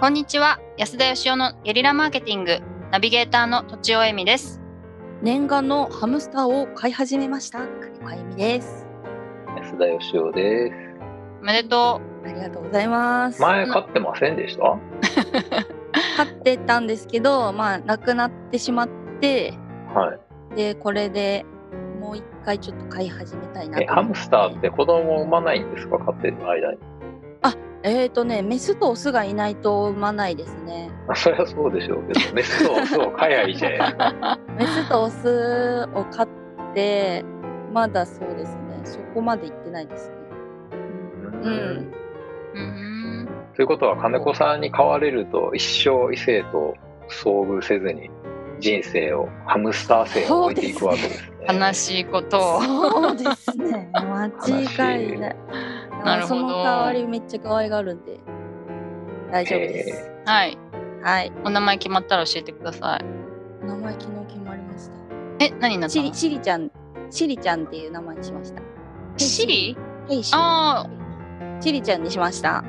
こんにちは安田義雄のゲリラマーケティングナビゲーターの土地尾恵美です念願のハムスターを飼い始めました。金子あゆみです。安田義雄です。おめでとありがとうございます。前飼ってませんでしたは飼ってたんですけど、まあ亡くなってしまって、い。でこれでもう一回ちょっと飼い始めたいなえ、とハ思ムって。スターって子供を産まないんですか飼ってる間に。えっ、とね、メスとオスがいないと産まないですね。あそりゃそうでしょうけど、メスとオスを飼えばいいじゃないですか。メスとオスを飼って、まだそうですね。そこまで行ってないですね。ううん。ううーんということは、金子さんに飼われると、一生異性と遭遇せずに、人生を、ハムスター生を置いていくわけですね。悲しいことをそうですね。間違いない。なるほどその代わりめっちゃ可愛がるんで大丈夫です。はいはい。お名前決まったら教えてください名前昨日決まりました。え何になったシのリシリちゃん、シリちゃんっていう名前にしました。シリヘイシリあシリちゃんにしました。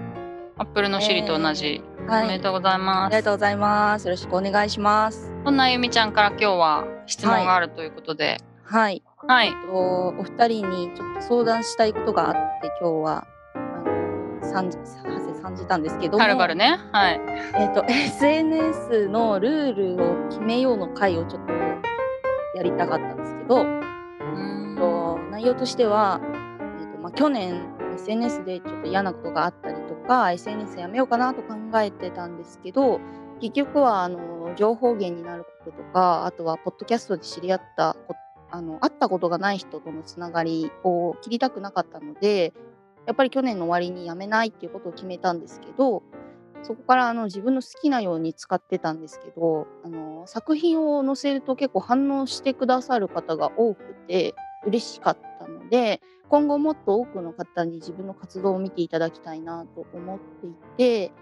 アップルのシリと同じ、はおめいで。とうございあまりがすとうございます。よろしくお願いします。そんなあゆみちゃんから今日は質問があるということではい。はい、えっとお二人にちょっと相談したいことがあって今日は。あの三時はせ参じたんですけどもはるばるねはいえっ、と SNS のルールを決めようの回をちょっとやりたかったんですけうど、ーんと内容としては、えーとまあ、去年 SNS でちょっと嫌なことがあったりとか SNS やめようかなと考えてたんですけど結局はあの情報源になることとかあとはポッドキャストで知り合ったこあの会ったことがない人とのつながりを切りたくなかったのでやっぱり去年の終わりにやめないっていうことを決めたんですけどそこからあの自分の好きなように使ってたんですけどあの作品を載せると結構反応してくださる方が多くて嬉しかったので今後もっと多くの方に自分の活動を見ていただきたいなと思っていて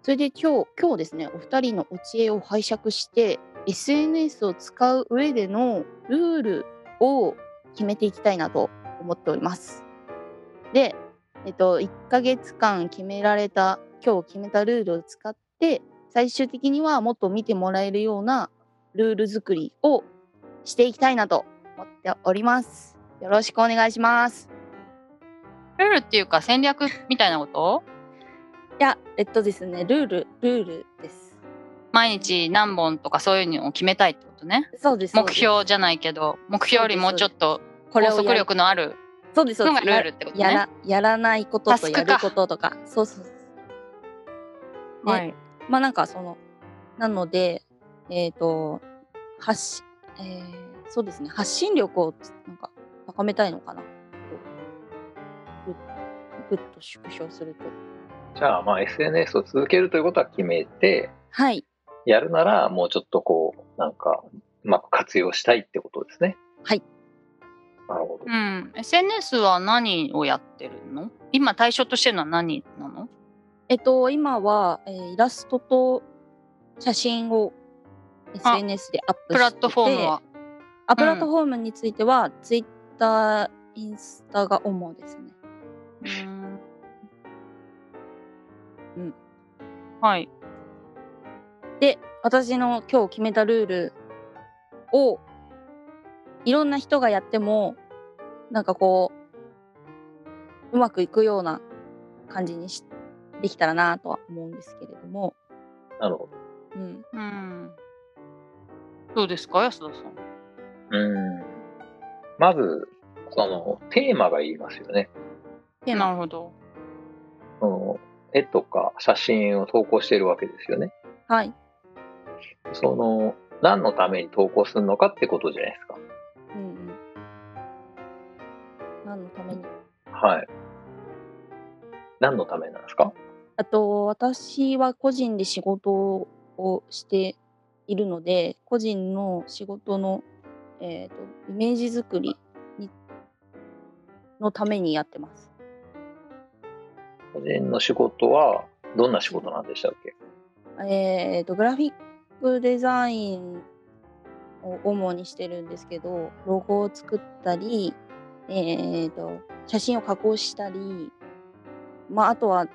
それで今日今日ですねお二人のお知恵を拝借して SNS を使う上でのルールを決めていきたいなと思っております。で、えっと、1ヶ月間決められた今日決めたルールを使って最終的にはもっと見てもらえるようなルール作りをしていきたいなと思っております。よろしくお願いします。ルールっていうか戦略みたいなこといや、えっとですね、ルール、ルールです。毎日何本とかそういうのを決めたいってことねそうです。そう目です標じゃないけど目標よりもうちょっとこ拘をや束力のあるそうです、そうのでがす。ルールってことややねらやらないことタとスクやかることとか、そうそうそう。ねはいまあなんかその、なので、えっ、と、発し、えーそうですね、発信力をなんか高めたいのかな。こうぐぐっと縮小すると。じゃあ、まあ、SNS を続けるということは決めて、はい、やるなら、もうちょっとこう、なんか、うまく活用したいってことですね。はい。なるほどう。ん SNS は何をやってるの今対象としてるのは何なのえっと、今は、えーイラストと写真をあ SNS でアップしててプラットフォームはあプラットフォームについては、ツイッター、インスタが主ですね。うーんうんはいで、私の今日決めたルールを、いろんな人がやっても、なんかこう、うまくいくような感じにしできたらなとは思うんですけれども、なるほうど。ん、うんどうですか安田さんうん。まず、その、テーマが言いますよね。テーなマるほどその絵とか写真を投稿してるわけですよね。はい、その、何のために投稿するのかってことじゃないですか。うんうん。何のためにはい。何のためなんですかあと私は個人で仕事をしているので個人の仕事の、えー、とイメージ作りにのためにやってます。個人の仕事は、どんな仕事なんでしたっけえー、とグラフィックデザインを主にしてるんですけどロゴを作ったり、えー、と写真を加工したり、まあ、あとは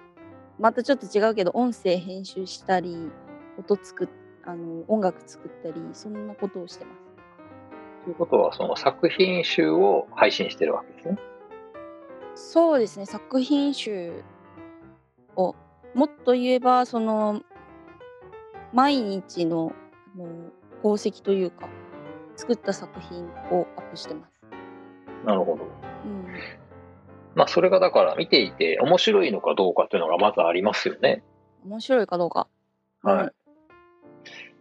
またちょっと違うけど音声編集したり音作っあの音楽作ったりそんなことをしてます。ということは、その作品集を配信してるわけですね。そうですね作品集をもっと言えばその毎日のあの功績というか作った作品をアップしてます。なるほど。うん、まあ、それがだから見ていて面白いのかどうかっていうのがまずありますよね。面白いかどうか。はい。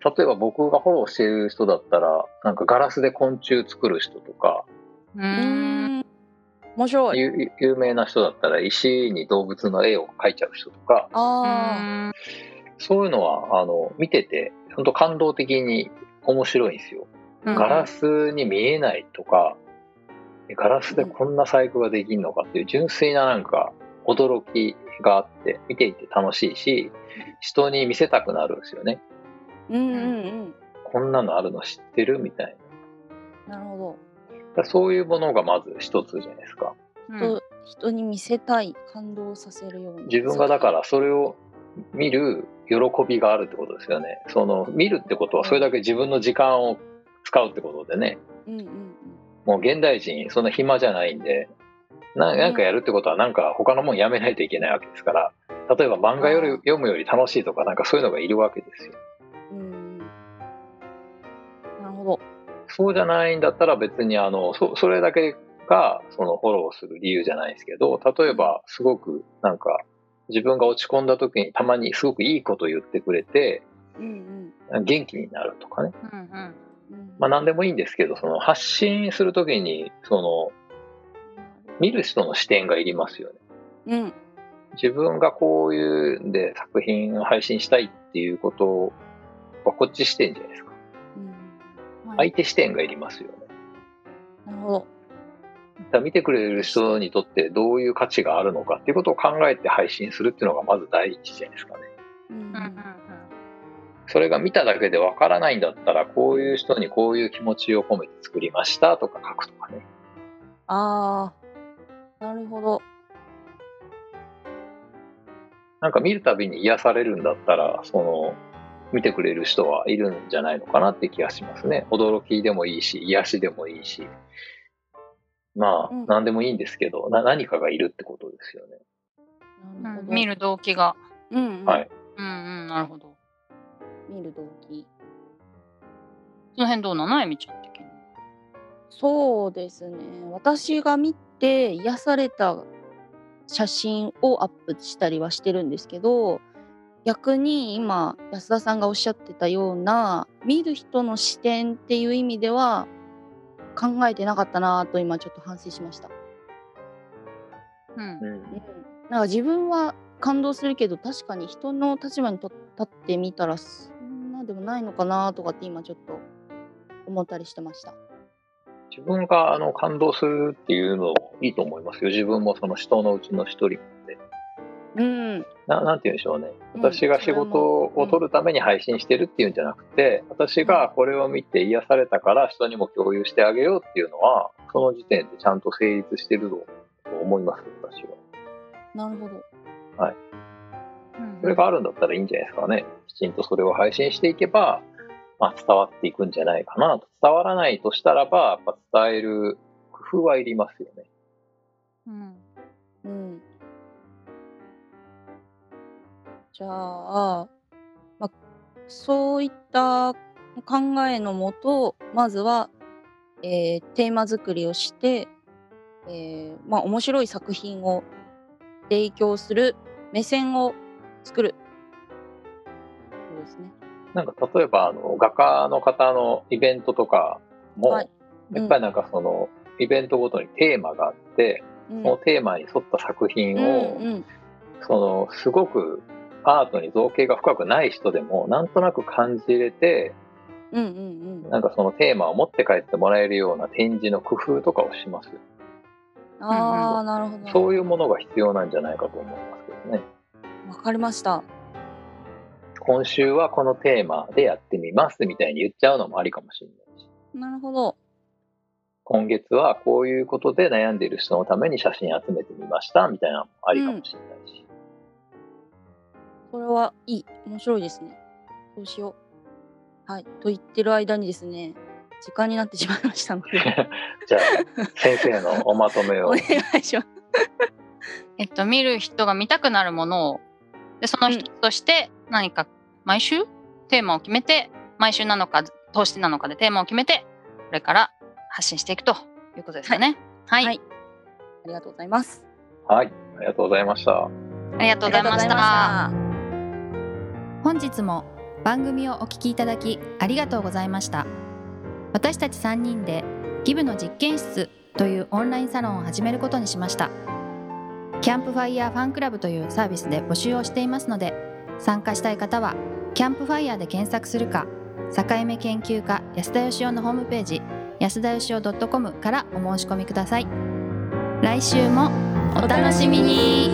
例えば僕がフォローしてる人だったら、なんかガラスで昆虫作る人とか、ううーん。ん。面白い。ゆ有名な人だったら石に動物の絵を描いちゃう人とか、ああ。そういうのは、あの、見てて、本当感動的に面白いんですよ。うんガラスに見えないとか、ガラスでこんな細工ができるのかっていう純粋ななんか驚きがあって、見ていて楽しいし、人に見せたくなるんですよね。うんうんこんなのあるの知ってるみたいうん。なるほど。な。だからそういうものがまず一つじゃないですか。うんと人に見せたい感動させるように自分がだからそれを見る喜びがあるってことですよね。その見るってことはそれだけ自分の時間を使うってことでね。うんうんうんもう現代人、そんな暇じゃないんで、ななんかやるってことは、なんか他のもんやめないといけないわけですから、例えば漫画よりうん読むより楽しいとか、なんかそういうのがいるわけですよ。うんうんなるほどそうじゃないんだったら別にあのそ、それだけがそのフォローする理由じゃないですけど、例えばすごくなんか、自分が落ち込んだ時にたまにすごくいいこと言ってくれて、うん元気になるとかね。うんうんうんまあ何でもいいんですけど、その発信するときに、その見る人の視点がいりますよね。うん自分がこういうんで作品を配信したいっていうことはこっち視点じゃないですか。うんうん。相手視点がいりますよね。なるほどだから見てくれる人にとってどういう価値があるのかっていうことを考えて配信するっていうのがまず第一じゃないですかね。うんうんうんそれが見ただけでわからないんだったら、こういう人にこういう気持ちを込めて作りましたとか書くとかね。ああなるほどなんか見るたびに癒されるんだったら、その、見てくれる人はいるんじゃないのかなって気がしますね。驚きでもいいし、癒しでもいいし。まあ、うん何でもいいんですけど、な何かがいるってことですよね。うなんるうほんど見る動機が。うんうんはいうんうん。なるほど。見る動機その辺どうなのえみちゃん的に。そうですね私が見て癒された写真をアップしたりはしてるんですけど逆に今安田さんがおっしゃってたような見る人の視点っていう意味では考えてなかったなと今ちょっと反省しました、うん。うんうん、なんか自分は感動するけど確かに人の立場にと立ってみたらそんなでもないのかなとかって今ちょっと思ったりしてました自分があの感動するっていうのもいいと思いますよ。自分もその人のうちの一人で。うんななんて言うんでしょうね。うん私がそ仕れも事を取るために配信してるっていうんじゃなくて、私がこれを見て癒されたから人にも共有してあげようっていうのは、その時点でちゃんと成立してると思います、私は。なるほどうんそれがあるんだったらいいんじゃないですかね。きちんとそれを配信していけば、まあ、伝わっていくんじゃないかなと。伝わらないとしたらば、やっぱ伝える工夫はいりますよね。うんうん。じゃあ、まあ、そういった考えのもと、まずは、えーテーマ作りをして、えーまあ、面白い作品を提供する、目線を作る。そうですね。なんか例えばあの画家の方のイベントとかも、はいうんやっぱりなんかそのイベントごとにテーマがあって、うんそのテーマに沿った作品を、うんうんそのすごくアートに造形が深くない人でもなんとなく感じれてうんうんうんなんかそのテーマを持って帰ってもらえるような展示の工夫とかをします、ああ、なるほど。そういうものが必要なんじゃないかと思いますけどねわかりました。今週はこのテーマでやってみますみたいに言っちゃうのもありかもしれないしなるほど。今月はこういうことで悩んでいる人のために写真集めてみましたみたいなのもありかもしれないし、これはいい面白いですねそうしようはいと言ってる間にですね時間になってしまいましたので じゃあ、先生のおまとめ おを願。いしますえっと、見る人が見たくなるものを、で、その一つとして何か毎週テーマを決めて、毎週なのか、投資なのかでテーマを決めて、これから発信していくということですかね。はい。はいありがとうございますはい、ありがとうございました。ありがとうございまありしがとうございた。ました本日も番組をお聞きいただきありがとうございました私たち3人でギブの実験室というオンラインサロンを始めることにしましたキャンプファイヤーファンクラブというサービスで募集をしていますので参加したい方はキャンプファイヤーで検索するか境目研究家安田義雄のホームページ安田義雄 .com からお申し込みください来週もお楽しみに